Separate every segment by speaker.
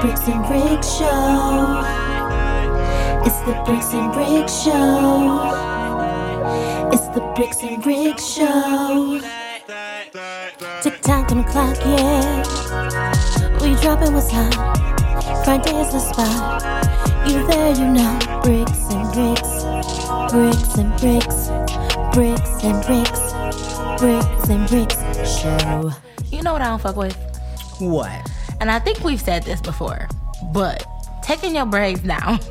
Speaker 1: Bricks and Brick Show. It's the Bricks and Brick Show. It's the Bricks and Brick Show. Tick tock, time clock, yeah. We dropping what's hot. Friday's the spot. You there, you know. Bricks and bricks, bricks and bricks, bricks and bricks, bricks and bricks show.
Speaker 2: You know what I don't fuck with?
Speaker 3: What?
Speaker 2: And I think we've said this before, but taking your braids down.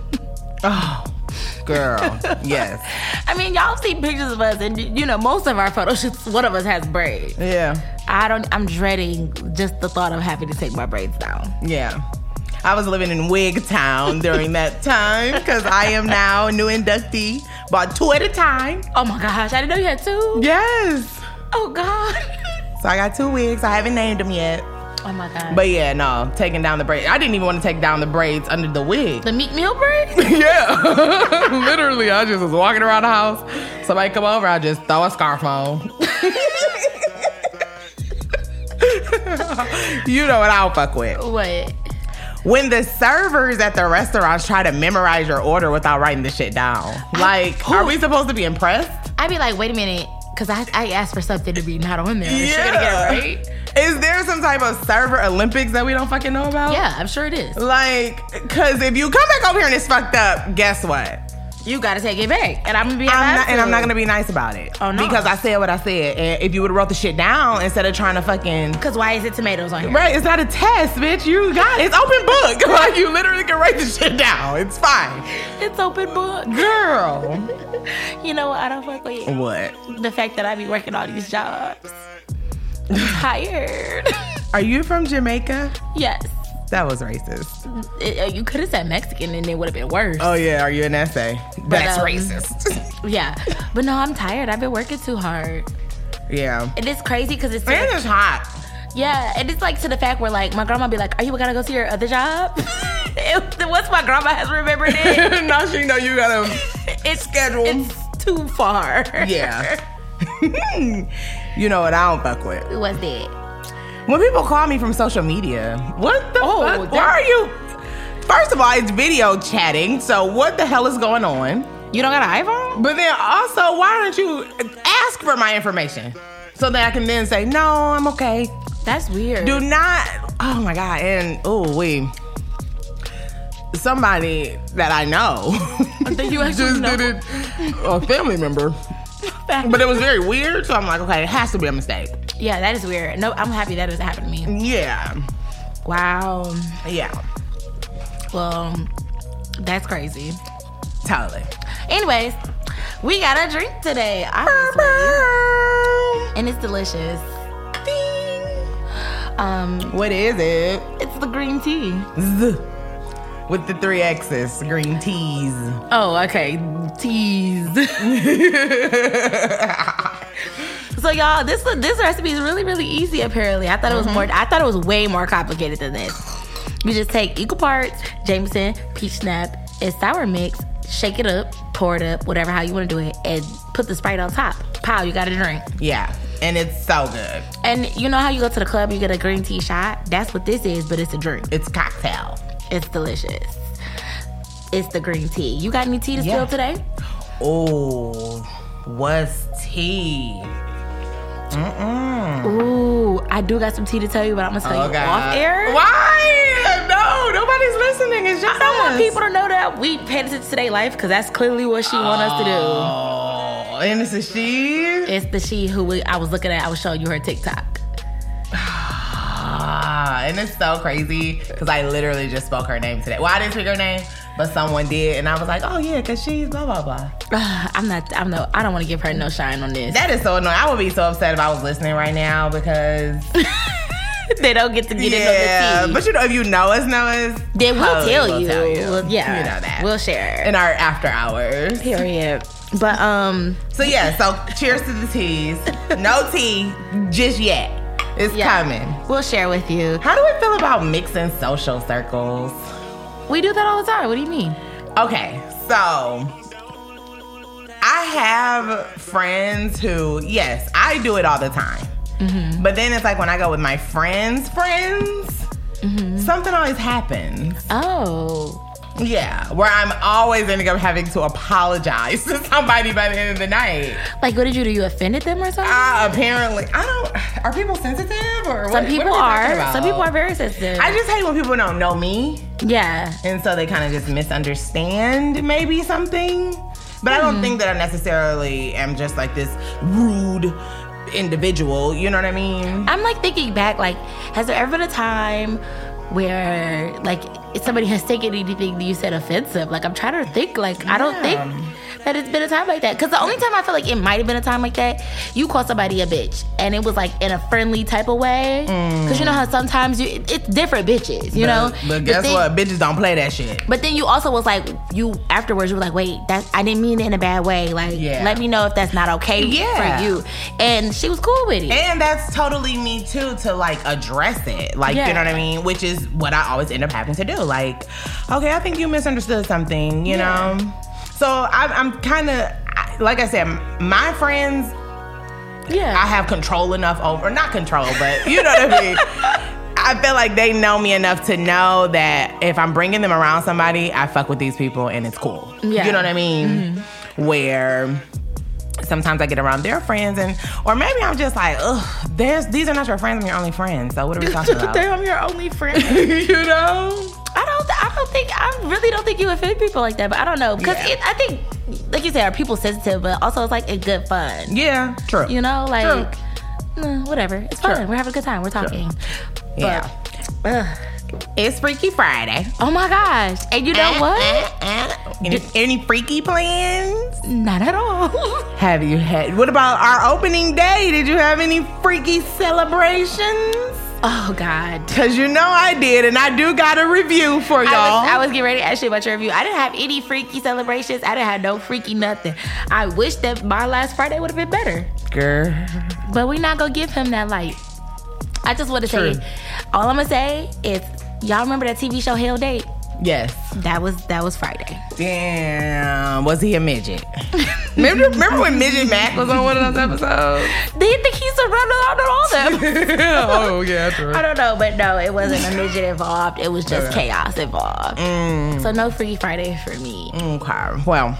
Speaker 3: Oh, girl. yes.
Speaker 2: I mean, y'all see pictures of us, and you know, most of our photo shoots, one of us has braids.
Speaker 3: Yeah.
Speaker 2: I don't, I'm dreading just the thought of having to take my braids down.
Speaker 3: Yeah. I was living in Wig Town during that time because I am now a new inductee. Bought two at a time.
Speaker 2: Oh my gosh, I didn't know you had two.
Speaker 3: Yes.
Speaker 2: Oh God.
Speaker 3: So I got two wigs. I haven't named them yet.
Speaker 2: Oh my God.
Speaker 3: But yeah, no, taking down the braids. I didn't even want to take down the braids under the wig.
Speaker 2: the Meek Mill braids?
Speaker 3: Yeah, literally, I just was walking around the house. Somebody come over, I just throw a scarf on. you know what I'll fuck with.
Speaker 2: what?
Speaker 3: When the servers at the restaurants try to memorize your order without writing the shit down. Like, are we supposed to be impressed?
Speaker 2: I'd be like, wait a minute, because I, I asked for something to be not on there. Is she gonna
Speaker 3: Yeah.
Speaker 2: get it right?
Speaker 3: Is there some type of server Olympics that we don't fucking know about?
Speaker 2: Yeah, I'm sure it is.
Speaker 3: Like, cause if you come back over here and it's fucked up, guess what?
Speaker 2: You gotta take it back, and I'm gonna be.
Speaker 3: I'm not,
Speaker 2: allowed
Speaker 3: and I'm
Speaker 2: to.
Speaker 3: not gonna be nice about it.
Speaker 2: Oh, no.
Speaker 3: Because I said what I said, and if you would have wrote the shit down instead of trying to fucking
Speaker 2: Cause why is it tomatoes on here?
Speaker 3: right, it's not a test, bitch. You got it. It's open book. like you literally can write the shit down. It's fine,
Speaker 2: It's open book.
Speaker 3: girl.
Speaker 2: You know what? I don't fuck with you.
Speaker 3: what?
Speaker 2: The fact that I be working all these jobs. I'm tired.
Speaker 3: Are you from Jamaica?
Speaker 2: yes.
Speaker 3: That was racist.
Speaker 2: It- uh, you could have said Mexican and it would have been worse.
Speaker 3: Oh yeah, are you an essay? That's
Speaker 2: um,
Speaker 3: racist.
Speaker 2: yeah. But no, I'm tired. I've been working too hard.
Speaker 3: yeah.
Speaker 2: And it's crazy because it's. to
Speaker 3: Man,
Speaker 2: the-
Speaker 3: it's hot.
Speaker 2: Yeah, and it's like to the fact where like my grandma be like, "Are you gonna go to your other job?" it, once my grandma has remembered it,
Speaker 3: now she know you gotta.
Speaker 2: it's
Speaker 3: Schedule.
Speaker 2: It's too far.
Speaker 3: Yeah. you know what? I don't fuck with.
Speaker 2: What's that?
Speaker 3: When people call me from social media, what the
Speaker 2: Oh, that-
Speaker 3: fuck? Why are you? First of all, it's video chatting, so what the hell is going on?
Speaker 2: You don't got an iPhone?
Speaker 3: But then also, why don't you ask for my information so that I can then say no, I'm okay.
Speaker 2: That's weird.
Speaker 3: Do not. Oh my god! And oh we. Somebody that I know
Speaker 2: That you actually
Speaker 3: just
Speaker 2: know.
Speaker 3: did it. A family member, but it was very weird. So I'm like, okay, it has to be a mistake.
Speaker 2: yeah, that is weird. No, I'm happy that doesn't happen to me.
Speaker 3: Yeah,
Speaker 2: Wow.
Speaker 3: yeah,
Speaker 2: Well, that's crazy.
Speaker 3: totally.
Speaker 2: Anyways, we got a drink today, obviously, and it's delicious. Um,
Speaker 3: What is it?
Speaker 2: it's the green tea.
Speaker 3: Z. With the three X's, green teas.
Speaker 2: Oh, okay. Tease. so y'all, this this recipe is really really easy. Apparently, I thought it was more. I thought it was way more complicated than this. You just take equal parts Jameson, peach snap, and sour mix. Shake it up, pour it up, whatever how you want to do it, and put the sprite on top. Pow, you got a drink.
Speaker 3: Yeah, and it's so good.
Speaker 2: And you know how you go to the club, you get a green tea shot. That's what this is, but it's a drink.
Speaker 3: It's cocktail.
Speaker 2: It's delicious. It's the green tea. You got any tea to
Speaker 3: Yeah.
Speaker 2: spill today?
Speaker 3: Oh, what's tea? Oh, Mm-mm.
Speaker 2: Ooh, I do got some tea to tell you, but I'm gonna tell
Speaker 3: Oh,
Speaker 2: you off air.
Speaker 3: Why? No, nobody's listening. It's just
Speaker 2: I don't want
Speaker 3: us.
Speaker 2: people to know that we paid attention to today life because that's clearly what she want us
Speaker 3: Oh, and it's a she.
Speaker 2: to do. It's the she who we, I was looking at. I was showing you her TikTok.
Speaker 3: Ah, and it's so crazy because I literally just spoke her name today. Well, I didn't speak her name, but someone did, and I was like, oh yeah, because she's blah blah blah.
Speaker 2: Ugh, I'm not. I'm no. I don't want to give her no shine on this.
Speaker 3: That is so annoying. I would be so upset if I was listening right now because
Speaker 2: they don't get to get in on the tea.
Speaker 3: but you know if you know us, know us,
Speaker 2: Then we'll
Speaker 3: totally
Speaker 2: tell,
Speaker 3: we'll
Speaker 2: you.
Speaker 3: tell you.
Speaker 2: We'll- yeah,
Speaker 3: you know that.
Speaker 2: We'll share.
Speaker 3: in our after hours.
Speaker 2: Period. But um,
Speaker 3: So yeah, so cheers to the teas. No tea just yet. It's
Speaker 2: Yeah.
Speaker 3: coming.
Speaker 2: we'll share with you.
Speaker 3: How do we feel about mixing social circles?
Speaker 2: We do that all the time. What do you mean?
Speaker 3: Okay, so I have friends who, yes, I do it all the time. But then it's like when I go with my friends' friends, something always happens.
Speaker 2: Oh.
Speaker 3: Yeah, where I'm always ending up having to apologize to somebody by the end of the night.
Speaker 2: Like, what did you do? You offended them or something?
Speaker 3: I apparently, I don't. Are people sensitive or
Speaker 2: Some
Speaker 3: what?
Speaker 2: people
Speaker 3: what are?
Speaker 2: are.
Speaker 3: we talking about?
Speaker 2: Some people are very sensitive.
Speaker 3: I just hate when people don't know me,
Speaker 2: yeah.
Speaker 3: and so they kind of just misunderstand maybe something. But I
Speaker 2: Hmm.
Speaker 3: don't think that I necessarily am just like this rude individual. You know what I mean?
Speaker 2: I'm like thinking back, like, has there ever been a time where like somebody has taken anything that you said offensive? Like, I'm trying to think, like, I don't think that it's been a time like that. Cause the only time I feel like it might have been a time like that, you call somebody a bitch, and it was like in a friendly type of way. Cause you know how sometimes you it- it's different bitches, you know.
Speaker 3: Mm. But, but guess
Speaker 2: then-
Speaker 3: what? Bitches don't play that shit.
Speaker 2: But then you also was like, you afterwards, you were like, wait, that I didn't mean it in a bad way. Like,
Speaker 3: Yeah.
Speaker 2: let me know if that's not okay
Speaker 3: Yeah.
Speaker 2: for you. And she was cool with it.
Speaker 3: And that's totally me too to like address it. Like, you know what I
Speaker 2: Yeah.
Speaker 3: mean? Which is what I always end up having to do. Like, okay, I think you misunderstood something, you
Speaker 2: Yeah.
Speaker 3: know? So I'm, I'm kind of, like I said, my friends,
Speaker 2: yeah.
Speaker 3: I have control enough over, not control, but you know what I mean? I feel like they know me enough to know that if I'm bringing them around somebody, I fuck with these people and it's cool.
Speaker 2: Yeah.
Speaker 3: You know what I mean? Mm-hmm. Where sometimes I get around their friends and or maybe I'm just like, ugh, there's these are not your friends, I'm your only friends. So what are we talking about?
Speaker 2: I'm your only friend. I
Speaker 3: you know?
Speaker 2: don't. I don't think. I really don't think you offend people like that. But I don't know because
Speaker 3: Yeah.
Speaker 2: I think, like you said, are people sensitive? But also, it's like it's good fun.
Speaker 3: Yeah, true.
Speaker 2: You know,
Speaker 3: True.
Speaker 2: like mm, whatever. It's fun. We're having a good time. We're talking. But,
Speaker 3: Yeah.
Speaker 2: ugh.
Speaker 3: It's Freaky Friday.
Speaker 2: Oh my gosh! And you
Speaker 3: Eh?
Speaker 2: know what?
Speaker 3: Any, any freaky plans?
Speaker 2: Not at all.
Speaker 3: Have you had? What about our opening day? Did you have any freaky celebrations?
Speaker 2: oh God.
Speaker 3: Cause you know I did, and I do got a review for y'all.
Speaker 2: I was, I was getting ready to ask you about your review. I didn't have any freaky celebrations. I didn't have no freaky nothing. I wish that my last Friday would have been better.
Speaker 3: girl.
Speaker 2: But we not gonna give him that light. I just want to
Speaker 3: True.
Speaker 2: say, all I'm gonna say is, y'all remember that TV show Hell Date?
Speaker 3: Yes.
Speaker 2: That was that was Friday.
Speaker 3: Damn. Was he a midget? remember, remember when midget Mac was on one of those episodes?
Speaker 2: They think he's a runner out of all them.
Speaker 3: oh yeah, true.
Speaker 2: I don't know, but no, it wasn't a midget involved. It was just chaos involved. So no Freaky Friday for me.
Speaker 3: Mm, Okay. Well,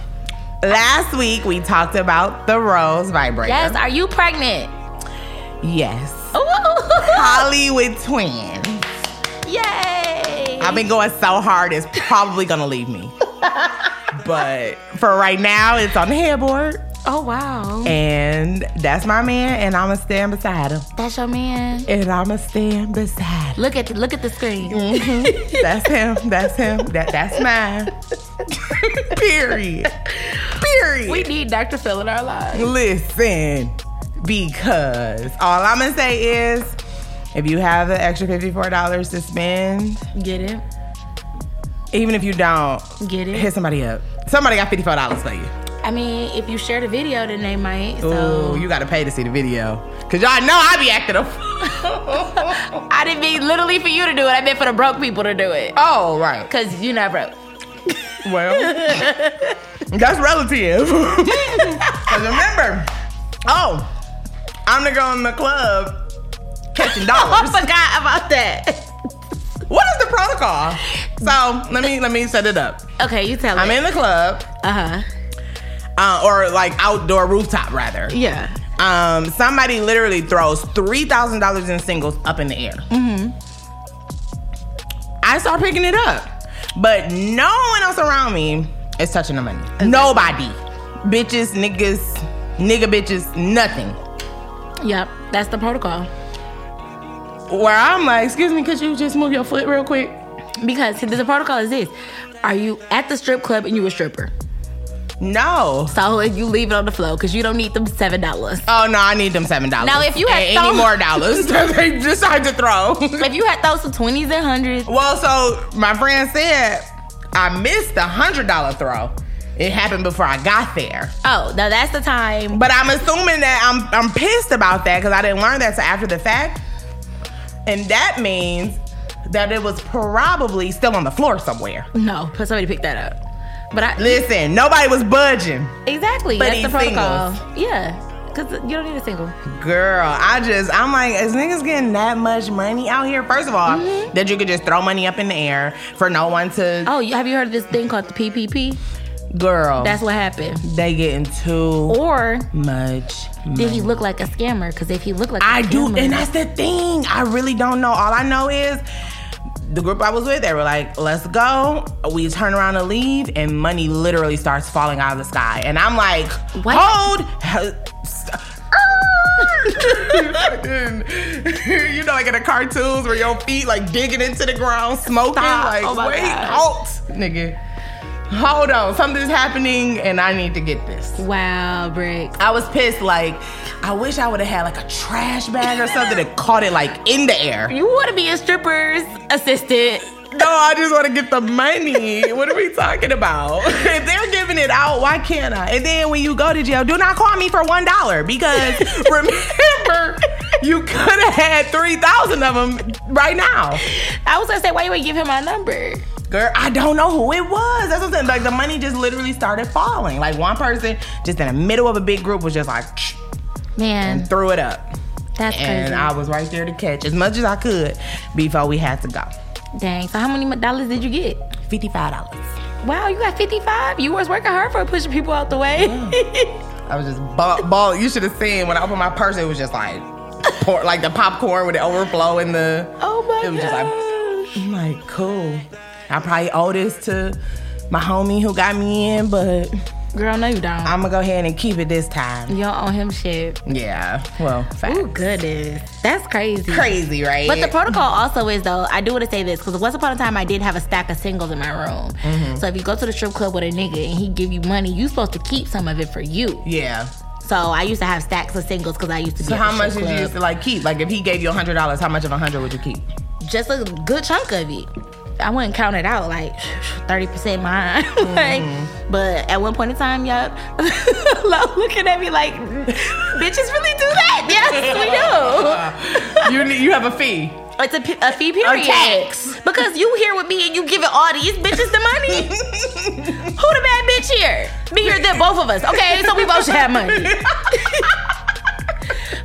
Speaker 3: last week we talked about the rose vibrator.
Speaker 2: Yes, are you pregnant?
Speaker 3: Yes.
Speaker 2: Ooh,
Speaker 3: Hollywood twin.
Speaker 2: yay!
Speaker 3: I've been going so hard, it's probably gonna leave me. but for right now, it's on the headboard,
Speaker 2: oh wow,
Speaker 3: and that's my man, and I'ma stand beside him.
Speaker 2: that's your man.
Speaker 3: and I'ma stand beside. him.
Speaker 2: Look at the, look at the screen.
Speaker 3: That's him. That's him. That that's mine. Mm. Period. Period.
Speaker 2: We need Dr. Phil in our lives.
Speaker 3: Listen, because all I'ma say is, if you have the extra fifty-four dollars to spend,
Speaker 2: Get it?
Speaker 3: even if you don't,
Speaker 2: Get it?
Speaker 3: hit somebody up. Somebody got fifty-four dollars for you.
Speaker 2: I mean, if you share the video, then they might. So
Speaker 3: Ooh, you gotta pay to see the video, cause y'all know I be acting a. fool.
Speaker 2: I didn't mean literally for you to do it. I meant for the broke people to do it.
Speaker 3: oh right.
Speaker 2: Cause you're not broke.
Speaker 3: Well, that's relative. 'Cause remember, oh, I'm the girl in the club catching
Speaker 2: I
Speaker 3: dollars.
Speaker 2: forgot about that.
Speaker 3: what is the protocol? So let me let me set it up.
Speaker 2: Okay, you tell
Speaker 3: I'm
Speaker 2: me.
Speaker 3: in the club,
Speaker 2: Uh huh.
Speaker 3: uh, or like outdoor rooftop rather.
Speaker 2: Yeah.
Speaker 3: Um, somebody literally throws three thousand dollars in singles up in the air. Mm-hmm. I start picking it up, but no one else around me is touching the money. Nobody, bitches, niggas, nigga bitches, nothing.
Speaker 2: Yep. That's the protocol.
Speaker 3: Where I'm like, excuse me, could you just move your foot real quick?
Speaker 2: Because the protocol is this: Are you at the strip club and you a stripper?
Speaker 3: No.
Speaker 2: So you leave it on the floor because you don't need them seven dollars.
Speaker 3: Oh no, I need them seven dollars.
Speaker 2: Now, if you had
Speaker 3: any
Speaker 2: thrown-
Speaker 3: more dollars, that they decide to throw.
Speaker 2: If you had those some twenties and hundreds,
Speaker 3: Well, so my friend said I missed the hundred dollar throw. It happened before I got there,
Speaker 2: oh, now that's the time.
Speaker 3: but I'm assuming that I'm I'm pissed about that because I didn't learn that till after the fact, and that means that it was probably still on the floor somewhere.
Speaker 2: No, somebody picked that up. But I
Speaker 3: Listen, nobody was budging.
Speaker 2: Exactly.
Speaker 3: But
Speaker 2: That's
Speaker 3: he's
Speaker 2: the protocol. Yeah. because you don't need a single.
Speaker 3: Girl, I just, I'm like, is niggas getting that much money out here? First of all, that you could just throw money up in the air for no one to.
Speaker 2: Oh, you, have you heard of this thing called the PPP?
Speaker 3: Girl,
Speaker 2: That's Oh. what happened.
Speaker 3: they getting too
Speaker 2: Or
Speaker 3: much.
Speaker 2: did he look like a scammer? Because if he looked like a
Speaker 3: I do,
Speaker 2: scammer-
Speaker 3: and that's the thing. I really don't know. All I know is the group I was with, they were like, let's go. We turn around and leave, and money literally starts falling out of the sky. And I'm like,
Speaker 2: What?
Speaker 3: hold. you know, like in the cartoons where your feet like digging into the ground, smoking.
Speaker 2: Stop.
Speaker 3: Like,
Speaker 2: Oh my
Speaker 3: wait,
Speaker 2: gosh.
Speaker 3: halt, nigga. Hold on, something's happening, and I need to get this.
Speaker 2: wow, Brick.
Speaker 3: I was pissed. Like, I wish I would have had like a trash bag or something that caught it like in the air.
Speaker 2: You want to be a stripper's assistant?
Speaker 3: No, I just want to get the money. What are we talking about? If they're giving it out, why can't I? And then when you go to jail, do not call me for one dollar because remember, you could have had three thousand of them right now.
Speaker 2: I was gonna say, why you would give him my number?
Speaker 3: Girl, I don't know who it was. That's what I'm saying. Like the money just literally started falling. Like one person, just in the middle of a big group, was just like
Speaker 2: Man,
Speaker 3: and threw it up.
Speaker 2: that's
Speaker 3: and
Speaker 2: crazy.
Speaker 3: I was right there to catch as much as I could before we had to go.
Speaker 2: Dang. So how many dollars did you get?
Speaker 3: Fifty-five dollars.
Speaker 2: Wow, you got fifty-five. You was working hard for pushing people out the way.
Speaker 3: I was just ball. ball. You should have seen when I opened my purse. It was just like, pour, like the popcorn with the overflow in the.
Speaker 2: oh my
Speaker 3: It was just like-
Speaker 2: gosh.
Speaker 3: I'm like, cool. I probably owe this to my homie who got me in, but
Speaker 2: Girl, no, you don't.
Speaker 3: I'm gonna go ahead and keep it this time.
Speaker 2: you don't own him shit.
Speaker 3: Yeah. Well, fact.
Speaker 2: Oh goodness, that's crazy.
Speaker 3: crazy, right?
Speaker 2: But the protocol also is though, I do want to say this because once upon a time I did have a stack of singles in my room.
Speaker 3: Mm-hmm.
Speaker 2: So if you go to the strip club with a nigga and he give you money, you supposed to keep some of it for you.
Speaker 3: yeah.
Speaker 2: So I used to have stacks of singles because I used to. Be
Speaker 3: So
Speaker 2: at
Speaker 3: how
Speaker 2: the
Speaker 3: much
Speaker 2: strip
Speaker 3: did you
Speaker 2: club.
Speaker 3: used to like keep? Like if he gave you hundred dollars, how much of a hundred would you keep?
Speaker 2: Just a good chunk of it. I wouldn't count it out like thirty percent mine. like,
Speaker 3: Mm-hmm.
Speaker 2: but at one point in time, yup, Lo looking at me like, bitches really do that? Yes,
Speaker 3: you ne- you have a
Speaker 2: we
Speaker 3: fee.
Speaker 2: do. It's a, p- a fee period.
Speaker 3: tax.
Speaker 2: Because you here with me and you giving all these bitches the money. Who the bad bitch here? Me or them? Both of us. Okay, so we both should have money.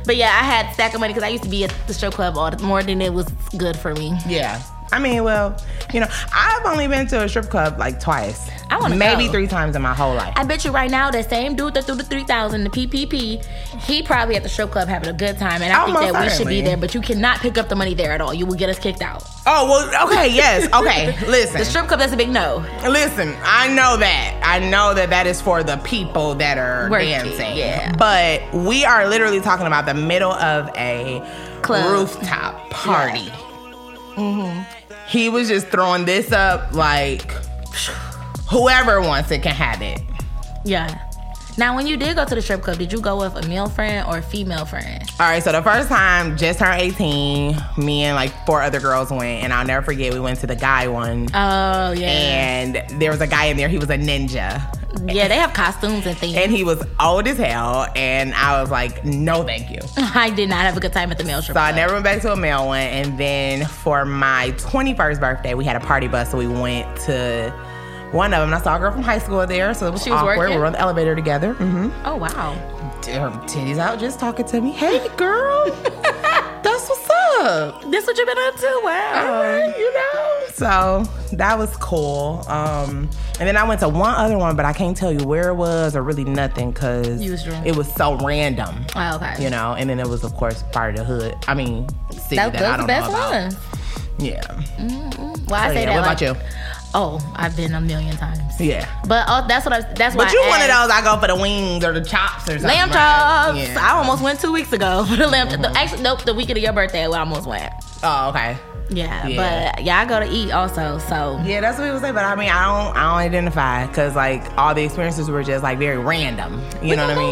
Speaker 2: but yeah, I had stack of money because I used to be at the strip club all the, more than it was good for me.
Speaker 3: Yeah. I mean, well, you know, I've only been to a strip club like twice.
Speaker 2: I wanna
Speaker 3: maybe
Speaker 2: go.
Speaker 3: three times in my whole life.
Speaker 2: I bet you right now that same dude that threw the three thousand, the PPP, he probably at the strip club having a good time, and I
Speaker 3: Oh,
Speaker 2: think
Speaker 3: most
Speaker 2: that we should
Speaker 3: certainly.
Speaker 2: be there. But you cannot pick up the money there at all. You will get us kicked out.
Speaker 3: oh well, okay, yes, okay. Listen,
Speaker 2: The strip club that's a big no.
Speaker 3: listen. I know that. I know that that is for the people that are
Speaker 2: Working,
Speaker 3: dancing.
Speaker 2: yeah.
Speaker 3: But we are literally talking about the middle of a
Speaker 2: Club. Mm-hmm.
Speaker 3: rooftop party. He was just throwing this up like whoever wants it can have it.
Speaker 2: Yeah. Now, when you did go to the strip club, did you go with a male friend or a female friend?
Speaker 3: All right, so the first time, just turned 18, me and like four other girls went, and I'll never forget, we went to the guy one,
Speaker 2: Oh yeah,
Speaker 3: and there was a guy in there, he was a ninja,
Speaker 2: yeah. They have costumes and things.
Speaker 3: and he was old as hell, and I was like, no, thank you. So
Speaker 2: I did not have a good time at the male strip
Speaker 3: I
Speaker 2: club.
Speaker 3: never went back to a male one, and then for my 21st birthday, we had a party bus, so we went to one of them, and I saw a girl from high school there, so it was
Speaker 2: She was
Speaker 3: awkward.
Speaker 2: working?
Speaker 3: We were on the elevator together. hmm
Speaker 2: Oh wow,
Speaker 3: Her titties out, just talking to me. Hey, girl, that's what's up.
Speaker 2: this what you been up to? Wow.
Speaker 3: Um, you know. So that was cool. Um, and then I went to one other one, but I can't tell you where it was or really nothing because
Speaker 2: You was drunk.
Speaker 3: it was so random.
Speaker 2: Oh, okay.
Speaker 3: You know, and then it was of course part of the hood. I mean, city that,
Speaker 2: that, that
Speaker 3: I
Speaker 2: was the
Speaker 3: don't
Speaker 2: best
Speaker 3: know about.
Speaker 2: one.
Speaker 3: Yeah.
Speaker 2: Well, I
Speaker 3: So,
Speaker 2: say
Speaker 3: yeah,
Speaker 2: that.
Speaker 3: what
Speaker 2: like-
Speaker 3: about you?
Speaker 2: Oh, I've been a million times.
Speaker 3: Yeah.
Speaker 2: But oh, that's what I. That's why.
Speaker 3: But you
Speaker 2: I
Speaker 3: one of
Speaker 2: asked.
Speaker 3: those I go for the wings or the chops or something.
Speaker 2: lamb
Speaker 3: right?
Speaker 2: chops.
Speaker 3: Yeah. Mm-hmm.
Speaker 2: I almost went two weeks ago for the lamb. chop The, actually, nope. The weekend of your birthday, I almost went.
Speaker 3: Oh, okay.
Speaker 2: Yeah,
Speaker 3: Yeah.
Speaker 2: but yeah, I go to eat also. So
Speaker 3: Yeah, that's what people say, but I mean, I don't, I don't identify because like all the experiences were just like very random.
Speaker 2: we
Speaker 3: You know
Speaker 2: gonna
Speaker 3: what I
Speaker 2: go
Speaker 3: mean?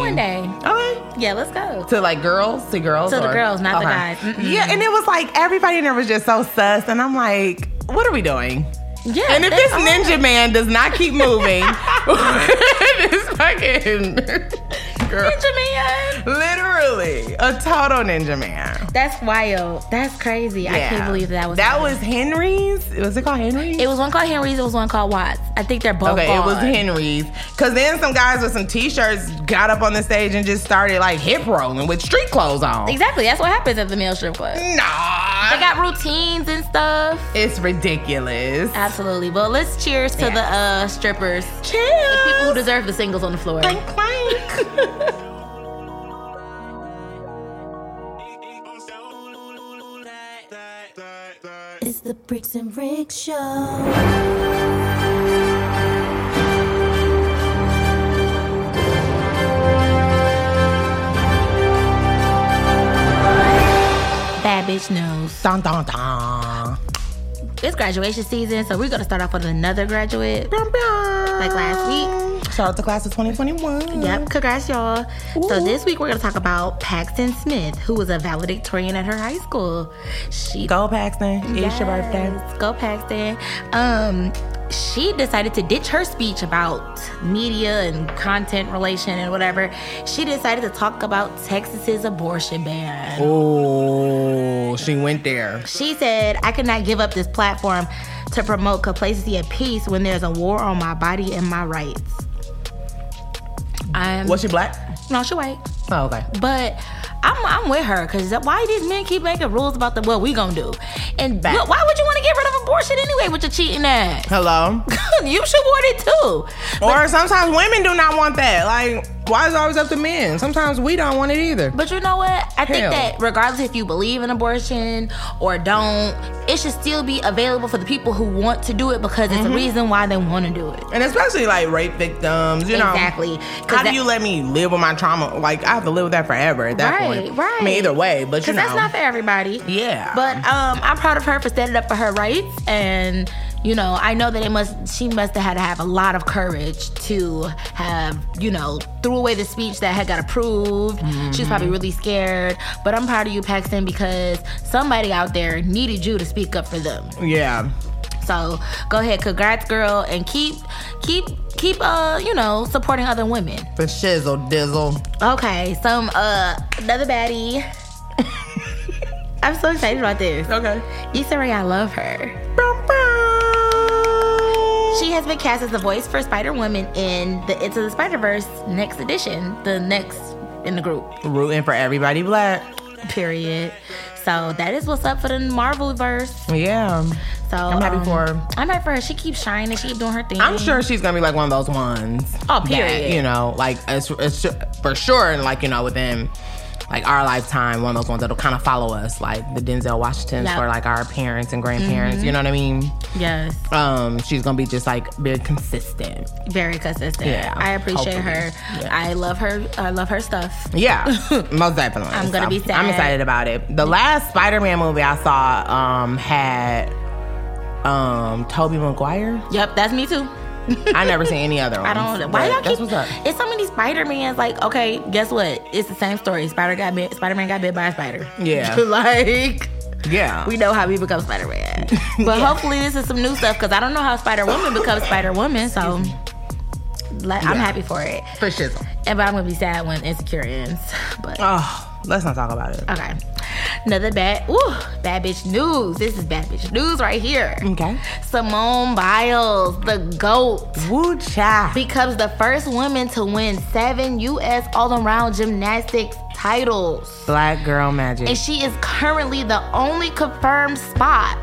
Speaker 2: one day.
Speaker 3: Okay.
Speaker 2: Yeah, let's go.
Speaker 3: To like girls, to girls,
Speaker 2: To the
Speaker 3: or-
Speaker 2: girls, not the guys. Mm-mm.
Speaker 3: Yeah, and it was like everybody in there was just so sus, and I'm like, what are we doing?
Speaker 2: Yeah,
Speaker 3: And if
Speaker 2: that's
Speaker 3: this
Speaker 2: all.
Speaker 3: ninja man does not keep moving, this fucking girl.
Speaker 2: Ninja man.
Speaker 3: Literally a total ninja man.
Speaker 2: That's wild. That's crazy. I can't
Speaker 3: Yeah.
Speaker 2: believe that was
Speaker 3: that
Speaker 2: him.
Speaker 3: was Henry's. Was it called Henry's?
Speaker 2: It was one called Henry's. It was one called Watts. I think they're both.
Speaker 3: Okay, it was
Speaker 2: gone.
Speaker 3: Henry's. Cause then some guys with some t-shirts got up on the stage and just started like hip rolling with street clothes on.
Speaker 2: Exactly. That's what happens at the male strip club.
Speaker 3: Nah,
Speaker 2: They got routines and stuff.
Speaker 3: it's ridiculous.
Speaker 2: Absolutely. Well, let's cheers to the uh, strippers. The people who
Speaker 3: Cheers.
Speaker 2: deserve the singles on the floor.
Speaker 3: Clank, clank.
Speaker 1: It's the Bricks and Rick Show.
Speaker 2: Bad bitch knows.
Speaker 3: dun dun dun.
Speaker 2: It's graduation season, so we're gonna start off with another graduate.
Speaker 3: Brum, brum.
Speaker 2: Like last week.
Speaker 3: Shout out to class of 2021.
Speaker 2: Yep, congrats y'all. So
Speaker 3: Ooh.
Speaker 2: this week we're gonna talk about Paxton Smith, who was a valedictorian at her high school. She
Speaker 3: Go Paxton. It's your birthday.
Speaker 2: Yes, Go Paxton. Um, she decided to ditch her speech about media and content relation and whatever. She decided to talk about Texas's abortion ban.
Speaker 3: Oh, she went there.
Speaker 2: She said, I could not give up this platform to promote complacency and peace when there's a war on my body and my rights. I'm
Speaker 3: Was she black?
Speaker 2: no, she white,
Speaker 3: Oh, okay.
Speaker 2: but I'm I'm with her because why these men keep making rules about the what we gonna do, and wh- why would you want to get rid of abortion anyway with your cheating ass?
Speaker 3: Hello.
Speaker 2: you should want it too.
Speaker 3: Or sometimes women do not want that. Like, why is it always up to men? Sometimes we don't want it either.
Speaker 2: But you know what? I think
Speaker 3: Hell.
Speaker 2: that regardless if you believe in abortion or don't, it should still be available for the people who want to do it because it's
Speaker 3: Mm-hmm.
Speaker 2: a reason why they want to do it.
Speaker 3: And especially like rape victims, you know.
Speaker 2: exactly. 'Cause
Speaker 3: How
Speaker 2: that-
Speaker 3: do you let me live with my trauma? Like, I have to live with that forever at that
Speaker 2: Right,
Speaker 3: point.
Speaker 2: right.
Speaker 3: I mean, either way, but you
Speaker 2: Because
Speaker 3: know.
Speaker 2: that's not for everybody.
Speaker 3: Yeah.
Speaker 2: But um, I'm proud of her for standing up for her rights, and you know, I know that it must. She must have had to have a lot of courage to have you know threw away the speech that had got approved. She was
Speaker 3: Mm-hmm.
Speaker 2: probably really scared. But I'm proud of you, Paxton, because somebody out there needed you to speak up for them.
Speaker 3: yeah.
Speaker 2: So go ahead, congrats, girl, and keep keep keep uh you know supporting other women.
Speaker 3: For shizzle dizzle.
Speaker 2: Okay, some uh another baddie. I'm so excited about this.
Speaker 3: Okay.
Speaker 2: Issa Rae, I love her. She has been cast as the voice for Spider Woman in the Into the Spider Verse Next Edition, the next in the group.
Speaker 3: Rooting for everybody black.
Speaker 2: Period. So that is what's up for the Marvel verse.
Speaker 3: Yeah.
Speaker 2: So
Speaker 3: I'm happy
Speaker 2: um,
Speaker 3: for her.
Speaker 2: I'm happy for her. She keeps shining. She keep doing her thing.
Speaker 3: I'm sure she's gonna be like one of those ones.
Speaker 2: Oh,
Speaker 3: that,
Speaker 2: period.
Speaker 3: you know, like it's, it's for sure, and like you know, within like our lifetime, one of those ones that'll kind of follow us, like the Denzel Washingtons
Speaker 2: Yep.
Speaker 3: for like our parents and grandparents. You know what I mean?
Speaker 2: Yes.
Speaker 3: Um, she's gonna be just like very consistent.
Speaker 2: Very consistent.
Speaker 3: Yeah,
Speaker 2: I appreciate
Speaker 3: hopefully.
Speaker 2: her.
Speaker 3: Yeah.
Speaker 2: I love her. I love her stuff.
Speaker 3: Yeah, most definitely.
Speaker 2: I'm gonna be sad.
Speaker 3: I'm excited about it. The last Spider-Man movie I saw um, had um, Tobey Maguire.
Speaker 2: Yep, that's me too.
Speaker 3: I never seen any other one.
Speaker 2: I don't. Why y'all keep?
Speaker 3: that's what's up.
Speaker 2: It's so many Spider Mans. Like, okay, guess what? It's the same story. Spider got bit. Spider Man got bit by a spider.
Speaker 3: Yeah.
Speaker 2: like
Speaker 3: Yeah.
Speaker 2: we know how he becomes Spider Man. But hopefully this is some new stuff because I don't know how Spider Woman becomes Spider Woman. So. Like, I'm
Speaker 3: Yeah.
Speaker 2: happy for it,
Speaker 3: for shizzle.
Speaker 2: and but I'm gonna be sad when Insecure ends. But
Speaker 3: Oh, let's not talk about it.
Speaker 2: okay, another bad, ooh, bad bitch news. This is bad bitch news right here.
Speaker 3: Okay.
Speaker 2: Simone Biles, the GOAT,
Speaker 3: Woo cha.
Speaker 2: becomes the first woman to win seven U.S. all around gymnastics titles.
Speaker 3: Black girl magic.
Speaker 2: And she is currently the only confirmed spot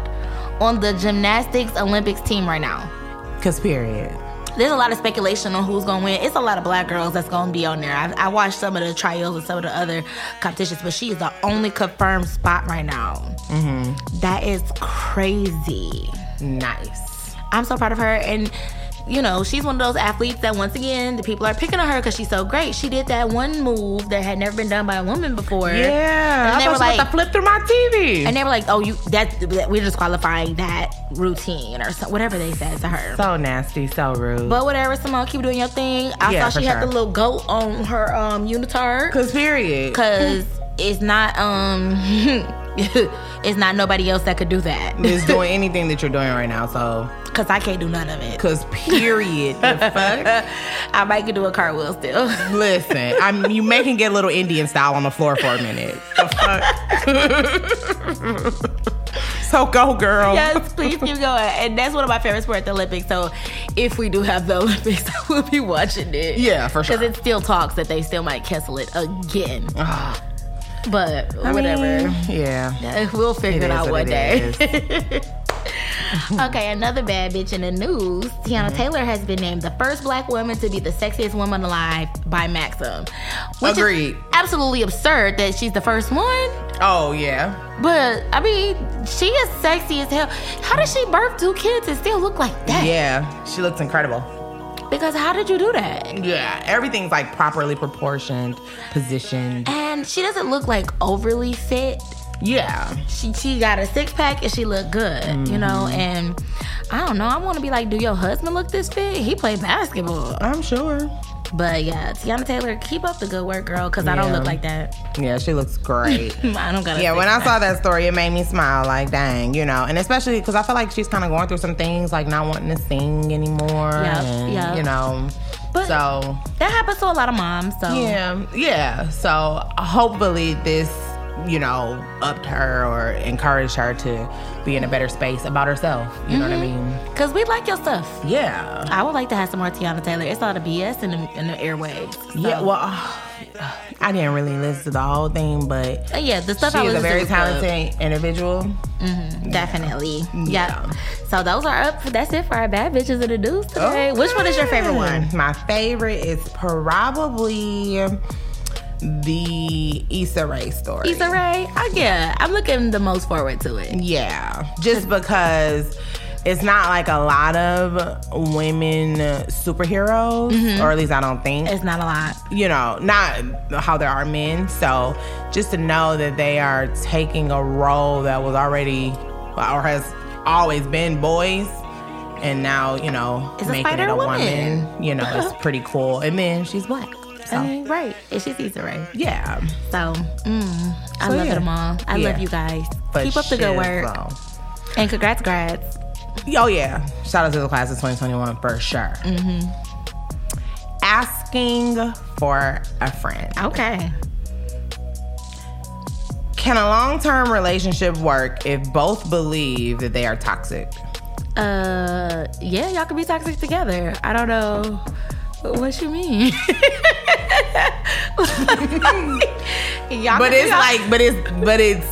Speaker 2: on the gymnastics Olympics team right now.
Speaker 3: Cause period.
Speaker 2: There's a lot of speculation on who's gonna win. It's a lot of black girls that's gonna be on there. I, I watched some of the trials and some of the other competitions, but she is the only confirmed spot right now. That is crazy.
Speaker 3: Nice.
Speaker 2: I'm so proud of her. And, you know, she's one of those athletes that, once again, the people are picking on her because she's so great. She did that one move that had never been done by a woman before.
Speaker 3: Yeah.
Speaker 2: And
Speaker 3: I
Speaker 2: they were
Speaker 3: was about
Speaker 2: like,
Speaker 3: to flip through my TV.
Speaker 2: and they were like, oh, you that, that- we're disqualifying that routine or so, whatever they said to her.
Speaker 3: so nasty, so rude.
Speaker 2: but whatever, Simone, keep doing your thing. I
Speaker 3: Yeah,
Speaker 2: saw
Speaker 3: for
Speaker 2: she had the
Speaker 3: sure.
Speaker 2: little goat on her um unitard
Speaker 3: Cause period.
Speaker 2: because it's not um it's not nobody else that could do that.
Speaker 3: Is doing anything that you're doing right now, so
Speaker 2: Cause I can't do none of it.
Speaker 3: cause period. the fuck.
Speaker 2: I might could do a cartwheel still.
Speaker 3: Listen, I'm you making get a little Indian style on the floor for a minute. The fuck? so go, girl.
Speaker 2: yes, please keep going. And that's one of my favorite sports, the Olympics. So if we do have the Olympics, I will be watching it.
Speaker 3: Yeah, for sure.
Speaker 2: Because it still talks that they still might cancel it again.
Speaker 3: Ah,
Speaker 2: But
Speaker 3: I
Speaker 2: whatever.
Speaker 3: mean, yeah.
Speaker 2: We'll figure it,
Speaker 3: is
Speaker 2: out
Speaker 3: what
Speaker 2: one day.
Speaker 3: it
Speaker 2: okay, another bad bitch in the news. Tiana
Speaker 3: Mm-hmm.
Speaker 2: Taylor has been named the first black woman to be the sexiest woman alive by Maxim. Which Is
Speaker 3: Agreed.
Speaker 2: absolutely absurd that she's the first one.
Speaker 3: Oh yeah.
Speaker 2: But I mean, she is sexy as hell. How did she birth two kids and still look like that?
Speaker 3: Yeah. She looks incredible.
Speaker 2: Because how did you do that?
Speaker 3: Yeah. Everything's like properly proportioned, positioned.
Speaker 2: And she doesn't look like overly fit.
Speaker 3: Yeah.
Speaker 2: She she got a six pack and she looked good, you
Speaker 3: Mm-hmm.
Speaker 2: know. And I don't know. I want to be like, do your husband look this fit? He played basketball.
Speaker 3: I'm sure.
Speaker 2: But yeah, Tiana Taylor, keep up the good work, girl. Because I don't
Speaker 3: Yeah.
Speaker 2: look like that.
Speaker 3: Yeah, she looks great.
Speaker 2: I don't got. a
Speaker 3: Yeah, when I
Speaker 2: six-pack.
Speaker 3: saw that story, it made me smile. Like, dang, you know, and especially because I feel like she's kind of going through some things, like not wanting to sing anymore.
Speaker 2: Yep,
Speaker 3: and,
Speaker 2: yep.
Speaker 3: You know,
Speaker 2: But-
Speaker 3: so
Speaker 2: that happens to a lot of moms. So
Speaker 3: yeah, yeah. So hopefully this, you know, upped her or encouraged her to be in a better space about herself. You know what I mean?
Speaker 2: because we like your stuff.
Speaker 3: Yeah.
Speaker 2: I would like to have some more Tiana Taylor. It's all the BS in the, in the airwaves. So.
Speaker 3: Yeah. Well, I didn't really listen to the whole thing, but
Speaker 2: Uh, yeah, the stuff
Speaker 3: she
Speaker 2: I
Speaker 3: is
Speaker 2: was
Speaker 3: a very talented individual.
Speaker 2: Definitely.
Speaker 3: Yeah.
Speaker 2: Yeah. So those are up. That's it for our bad bitches and the news today. Which one is your favorite one?
Speaker 3: Oh. Mm. My favorite is probably the Issa Rae story.
Speaker 2: Issa Rae. Oh, yeah, I'm looking the most forward to it.
Speaker 3: Yeah, just because it's not like a lot of women superheroes, or at least I don't think.
Speaker 2: Mm-hmm. It's not a lot.
Speaker 3: you know, not how there are men. So just to know that they are taking a role that was already or has always been boys. And now, you know,
Speaker 2: It's a
Speaker 3: making it a
Speaker 2: Spider-Woman.
Speaker 3: woman, you know, it's pretty cool. And then she's black. So.
Speaker 2: I mean, right. And she's Issa Rae.
Speaker 3: Yeah.
Speaker 2: So, mm, I
Speaker 3: So,
Speaker 2: love
Speaker 3: yeah.
Speaker 2: them all. I
Speaker 3: Yeah.
Speaker 2: love you guys.
Speaker 3: But
Speaker 2: Keep up the good
Speaker 3: shit,
Speaker 2: work.
Speaker 3: so.
Speaker 2: And congrats, grads.
Speaker 3: Oh, yeah. Shout out to the class of 2021 for sure. Mm-hmm. Asking for a friend.
Speaker 2: Okay.
Speaker 3: Can a long term relationship work if both believe that they are toxic?
Speaker 2: Uh, yeah, y'all can be toxic together. I don't know what you mean. y'all
Speaker 3: But
Speaker 2: can
Speaker 3: it's
Speaker 2: be-
Speaker 3: like, but it's, but it's,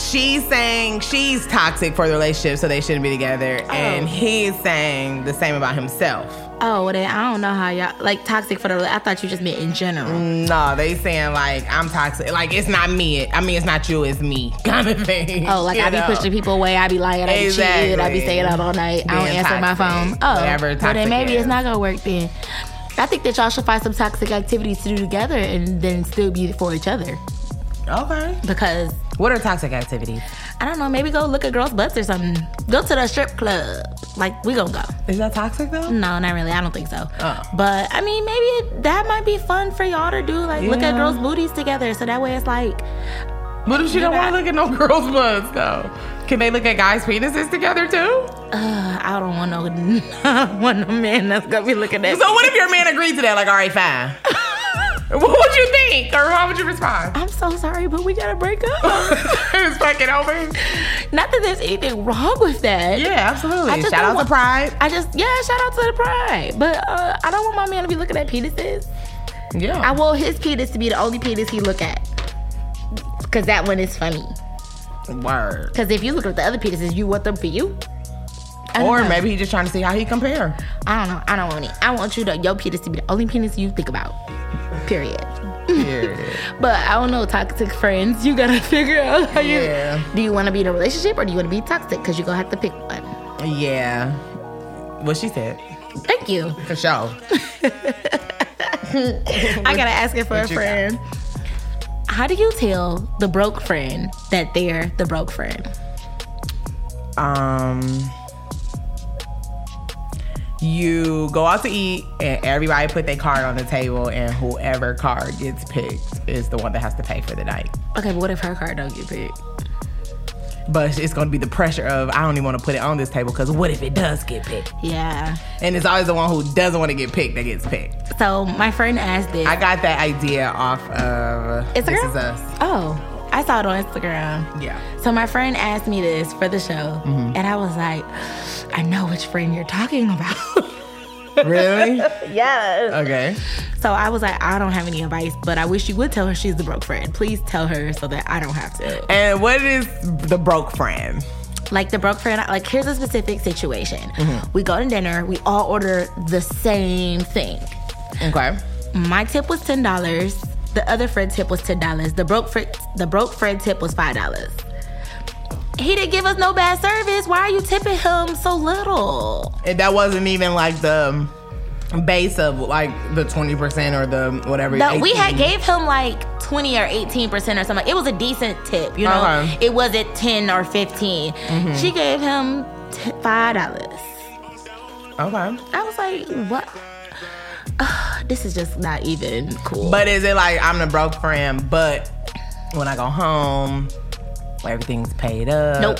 Speaker 3: she's saying she's toxic for the relationship, so they shouldn't be together. And he's saying the same about himself.
Speaker 2: Oh, well, then I don't know how y'all like toxic for the. I thought you just meant in
Speaker 3: Mm.
Speaker 2: general.
Speaker 3: No, they saying like I'm toxic. Like it's not me. I mean, it's not you. It's me. Kind of thing.
Speaker 2: Oh, like
Speaker 3: you
Speaker 2: I be
Speaker 3: know?
Speaker 2: pushing people away. I be lying. I be cheating. I be
Speaker 3: Exactly.
Speaker 2: staying out all night. I don't
Speaker 3: Being
Speaker 2: answer my phone.
Speaker 3: toxic,
Speaker 2: Oh,
Speaker 3: whatever
Speaker 2: well
Speaker 3: toxic
Speaker 2: then maybe
Speaker 3: is.
Speaker 2: it's not gonna work then. I think that y'all should find some toxic activities to do together and then still be for each other
Speaker 3: Okay.
Speaker 2: because.
Speaker 3: What are toxic activities?
Speaker 2: I don't know. Maybe go look at girls' butts or something. Go to the strip club. Like we gonna go.
Speaker 3: Is that toxic though?
Speaker 2: No, not really. I don't think so.
Speaker 3: Oh.
Speaker 2: But I mean, maybe it, that might be fun for y'all to do. Like look at
Speaker 3: Yeah.
Speaker 2: girls' booties together. So that way it's like
Speaker 3: What if she don't
Speaker 2: not-
Speaker 3: want to look at no girls' butts though? Can they look at guys' penises together too?
Speaker 2: Uh, I don't want no, I don't want no man that's gonna be looking at.
Speaker 3: So what if your man agreed to that? Like, all right, fine. what would you think, or how would you respond?
Speaker 2: I'm so sorry, but we gotta break up.
Speaker 3: it's fucking over.
Speaker 2: Not that there's anything wrong with that.
Speaker 3: Yeah, absolutely.
Speaker 2: I just
Speaker 3: Shout out
Speaker 2: don't
Speaker 3: to Pride.
Speaker 2: I just yeah, shout out to the pride, but uh, I don't want my man to be looking at penises.
Speaker 3: Yeah.
Speaker 2: I want his penis to be the only penis he look at, cause that one is funny.
Speaker 3: Word.
Speaker 2: Cause if you look at the other penises, you want them for you. I don't
Speaker 3: Or
Speaker 2: know.
Speaker 3: maybe he's just trying to see how he compare.
Speaker 2: I don't know. I don't want it. I want you to your penis to be the only penis you think about. Period.
Speaker 3: Yeah.
Speaker 2: But I don't know, toxic friends. You gotta figure out how you.
Speaker 3: Yeah.
Speaker 2: Do you want to be in a relationship or do you want to be toxic? Because you're gonna have to pick one.
Speaker 3: Yeah. What she said.
Speaker 2: Thank you.
Speaker 3: For sure.
Speaker 2: I gotta ask it for a
Speaker 3: what you got?
Speaker 2: friend. How do you tell the broke friend that they're the broke friend?
Speaker 3: Um you go out to eat and everybody put their card on the table and whoever card gets picked is the one that has to pay for the night.
Speaker 2: Okay, but what if her card don't get picked?
Speaker 3: But it's gonna be the pressure of I don't even want to put it on this table because what if it does get picked?
Speaker 2: Yeah.
Speaker 3: And it's always the one who doesn't want to get picked that gets picked.
Speaker 2: So my friend asked this.
Speaker 3: I got that idea off of
Speaker 2: Instagram?
Speaker 3: This Is Us.
Speaker 2: Oh, I saw it on Instagram.
Speaker 3: Yeah.
Speaker 2: So my friend asked me this for the show,
Speaker 3: Mm-hmm.
Speaker 2: and I was like, I know which friend you're talking about.
Speaker 3: Really?
Speaker 2: yes.
Speaker 3: okay.
Speaker 2: So I was like, I don't have any advice, but I wish you would tell her she's the broke friend. Please tell her so that I don't have to.
Speaker 3: And what is the broke friend?
Speaker 2: Like the broke friend, like here's a specific situation. We go to dinner, we all order the same thing.
Speaker 3: Okay.
Speaker 2: My tip was ten dollars. The other friend tip was ten dollars. The broke friend, the broke friend tip was five dollars. He didn't give us no bad service. Why are you tipping him so little?
Speaker 3: And that wasn't even like the base of like the 20% or the whatever.
Speaker 2: No, we had
Speaker 3: 18.
Speaker 2: gave him like twenty or eighteen percent or something. It was a decent tip, you know.
Speaker 3: Okay.
Speaker 2: It wasn't ten or 15 She gave him t- five dollars.
Speaker 3: Okay.
Speaker 2: I was like, what? Ugh, this is just not even cool.
Speaker 3: But is it like I'm the broke friend, but when I go home, everything's paid up?
Speaker 2: nope.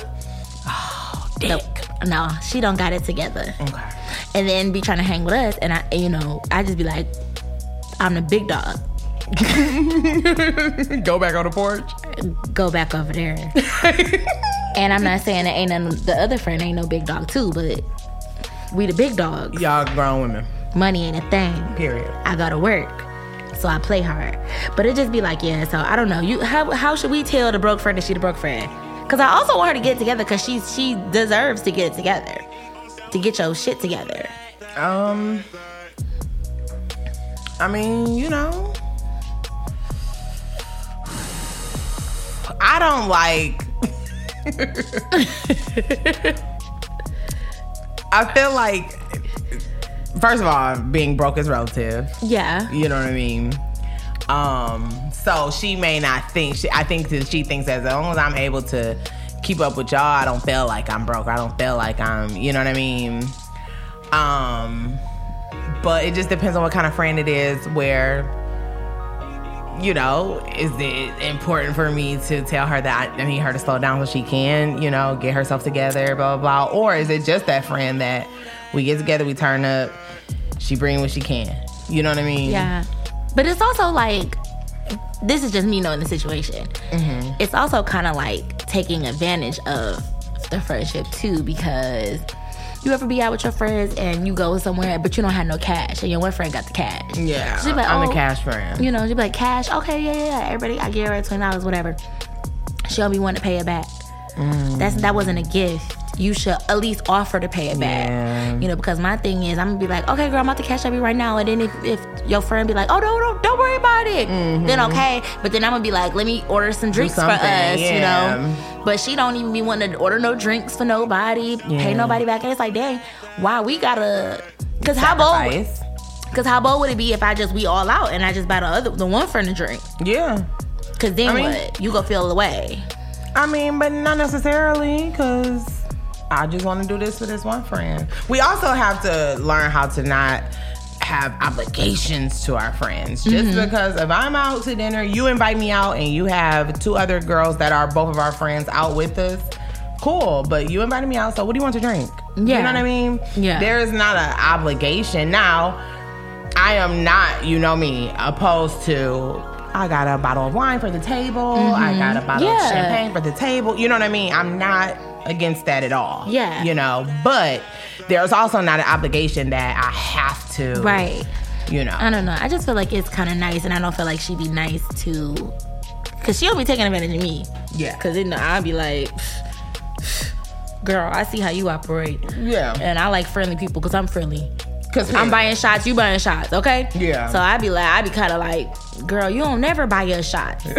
Speaker 2: Nope. No, she don't got it together.
Speaker 3: Okay.
Speaker 2: and then be trying to hang with us. And I, you know, I just be like, I'm the big dog.
Speaker 3: go back on the porch.
Speaker 2: Go back over there. and I'm not saying that ain't none, the other friend ain't no big dog too, but we the big dogs.
Speaker 3: Y'all grown women.
Speaker 2: Money ain't a thing.
Speaker 3: Period.
Speaker 2: I gotta work. So I play hard, but it just be like, yeah. So I don't know. You, how, how should we tell the broke friend that she the broke friend? Cause I also want her to get it together, cause she she deserves to get it together, to get your shit together.
Speaker 3: Um, I mean, you know, I don't like. I feel like, first of all, being broke is relative.
Speaker 2: Yeah.
Speaker 3: You know what I mean? Um, so she may not think she, I think that she thinks as long as I'm able to keep up with y'all, I don't feel like I'm broke. I don't feel like I'm, you know what I mean? Um, but it just depends on what kind of friend it is where you know, is it important for me to tell her that I, I need her to slow down so she can, you know, get herself together, blah, blah, blah? Or is it just that friend that we get together, we turn up, she bring what she can? You know what I mean?
Speaker 2: Yeah. But it's also like, this is just me knowing the situation. It's also kind of like taking advantage of the friendship too, because you ever be out with your friends and you go somewhere, but you don't have no cash, and your one friend got the cash.
Speaker 3: Yeah.
Speaker 2: She be like,
Speaker 3: I'm
Speaker 2: "Oh,
Speaker 3: the cash friend.
Speaker 2: You know, she'd be like, cash, okay, yeah, yeah, yeah. Everybody, I give her $20, whatever. She'll be wanting to pay it back.
Speaker 3: Mm.
Speaker 2: That's That wasn't a gift. You should at least offer to pay it back.
Speaker 3: Yeah.
Speaker 2: You know, because my thing is, I'm gonna be like, okay, girl, I'm about to cash up you right now. And then if, if your friend be like, oh, no, no, don't worry about it, then okay. But then I'm gonna be like, let me order some drinks for
Speaker 3: Mm-hmm. something,
Speaker 2: us,
Speaker 3: yeah.
Speaker 2: you know? But she don't even be wanting to order no drinks for nobody,
Speaker 3: Yeah.
Speaker 2: pay nobody back. And it's like, dang, why we gotta. Because how bold?
Speaker 3: Nice.
Speaker 2: Because how bold would it be if I just, we all out and I just buy the other, the one friend a drink?
Speaker 3: Yeah.
Speaker 2: Cause then
Speaker 3: I mean-
Speaker 2: what? You gonna feel the way.
Speaker 3: I mean, but not necessarily because I just want to do this for this one friend. We also have to learn how to not have obligations to our friends. Just
Speaker 2: Mm-hmm.
Speaker 3: because if I'm out to dinner, you invite me out, and you have two other girls that are both of our friends out with us. Cool, but you invited me out, so what do you want to drink? You
Speaker 2: Yeah.
Speaker 3: know what I mean?
Speaker 2: Yeah.
Speaker 3: There is not an obligation. Now, I am not, you know me, opposed to I got a bottle of wine for the table, I got a bottle
Speaker 2: Mm-hmm. Yeah.
Speaker 3: of champagne for the table. You know what I mean? I'm not against that at all.
Speaker 2: Yeah.
Speaker 3: You know, but there's also not an obligation that I have to
Speaker 2: Right.
Speaker 3: You know.
Speaker 2: I don't know. I just feel like it's kind of nice, and I don't feel like she'd be nice to, cause she'll be taking advantage of me.
Speaker 3: Yeah.
Speaker 2: Cause then I'll be like, girl, I see how you operate,
Speaker 3: Yeah.
Speaker 2: and I like friendly people, cause I'm friendly.
Speaker 3: Cause
Speaker 2: I'm buying shots, you buying shots, okay?
Speaker 3: Yeah.
Speaker 2: So I'd be like, I'd be kind of like, girl, you don't never buy your shots.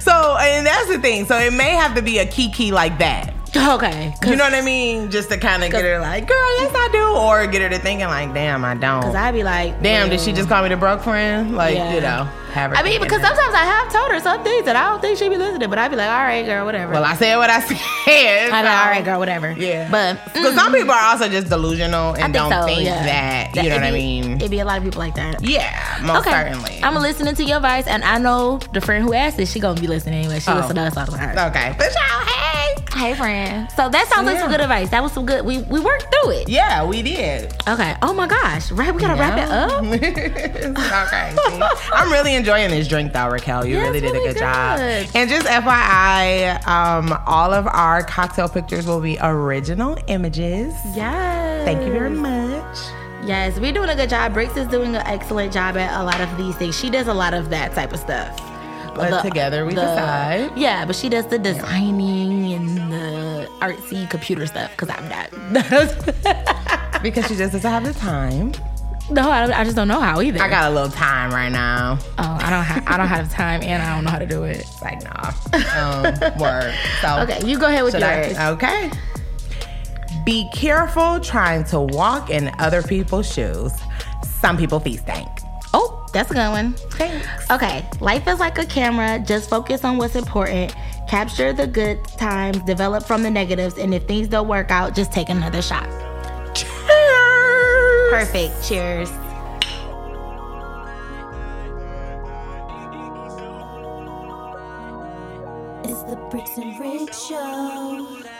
Speaker 3: So and that's the thing. So it may have to be a kiki like that.
Speaker 2: okay.
Speaker 3: You know what I mean? Just to kind of get her like, girl, yes I do, or get her to thinking like, damn, I don't.
Speaker 2: Cause I'd be like,
Speaker 3: damn,
Speaker 2: "Mm."
Speaker 3: did she just call me the broke friend? Like,
Speaker 2: Yeah.
Speaker 3: you know, have her
Speaker 2: I mean,
Speaker 3: thinking
Speaker 2: because
Speaker 3: that.
Speaker 2: sometimes I have told her some things that I don't think she'd be listening, but I'd be like, all right, girl, whatever.
Speaker 3: Well, I said what I said.
Speaker 2: I
Speaker 3: so-
Speaker 2: know, all right, girl, whatever.
Speaker 3: Yeah.
Speaker 2: But mm,
Speaker 3: Because some people are also just delusional and
Speaker 2: I think
Speaker 3: don't
Speaker 2: so,
Speaker 3: think
Speaker 2: yeah.
Speaker 3: that, you know
Speaker 2: it'd
Speaker 3: what I
Speaker 2: be-
Speaker 3: mean?
Speaker 2: It'd be a lot of people like that.
Speaker 3: yeah, most certainly.
Speaker 2: I'm listening to your advice, and I know the friend who asked this, she gonna be listening anyway. She
Speaker 3: Oh.
Speaker 2: listen to us all the time.
Speaker 3: okay. But y'all, hey,
Speaker 2: Hey, friend. So that sounds like some
Speaker 3: Yeah.
Speaker 2: good advice. That was some good. We we worked through it.
Speaker 3: Yeah, we did.
Speaker 2: Okay. Oh my gosh. Right. We gotta wrap it up.
Speaker 3: okay. I'm really enjoying this drink though, Raquel. You
Speaker 2: Yeah,
Speaker 3: really
Speaker 2: it's
Speaker 3: did a
Speaker 2: really
Speaker 3: good, job.
Speaker 2: good.
Speaker 3: And just FYI, um, all of our cocktail pictures will be original images.
Speaker 2: Yes.
Speaker 3: Thank you very much.
Speaker 2: Yes, we're doing a good job. Briggs is doing an excellent job at a lot of these things. She does a lot of that type of stuff.
Speaker 3: But together we decide.
Speaker 2: Yeah, but she does the designing and the artsy computer stuff because I'm not.
Speaker 3: Because she just doesn't have the time.
Speaker 2: no, I, don't- I just don't know how either.
Speaker 3: I got a little time right now.
Speaker 2: Oh, I don't. Ha- I don't have time, and I don't know how to do it.
Speaker 3: It's like, nah. Um, word. So
Speaker 2: Okay, you go ahead with
Speaker 3: Should
Speaker 2: yours.
Speaker 3: I? uh, Okay. Be careful trying to walk in other people's shoes. Some people feet stink.
Speaker 2: oh, that's a good one.
Speaker 3: Thanks.
Speaker 2: Okay, life is like a camera. Just focus on what's important. Capture the good times, develop from the negatives, and if things don't work out, just take another shot.
Speaker 3: Cheers.
Speaker 2: Perfect. Cheers.
Speaker 1: It's the Bricks and Rick Show.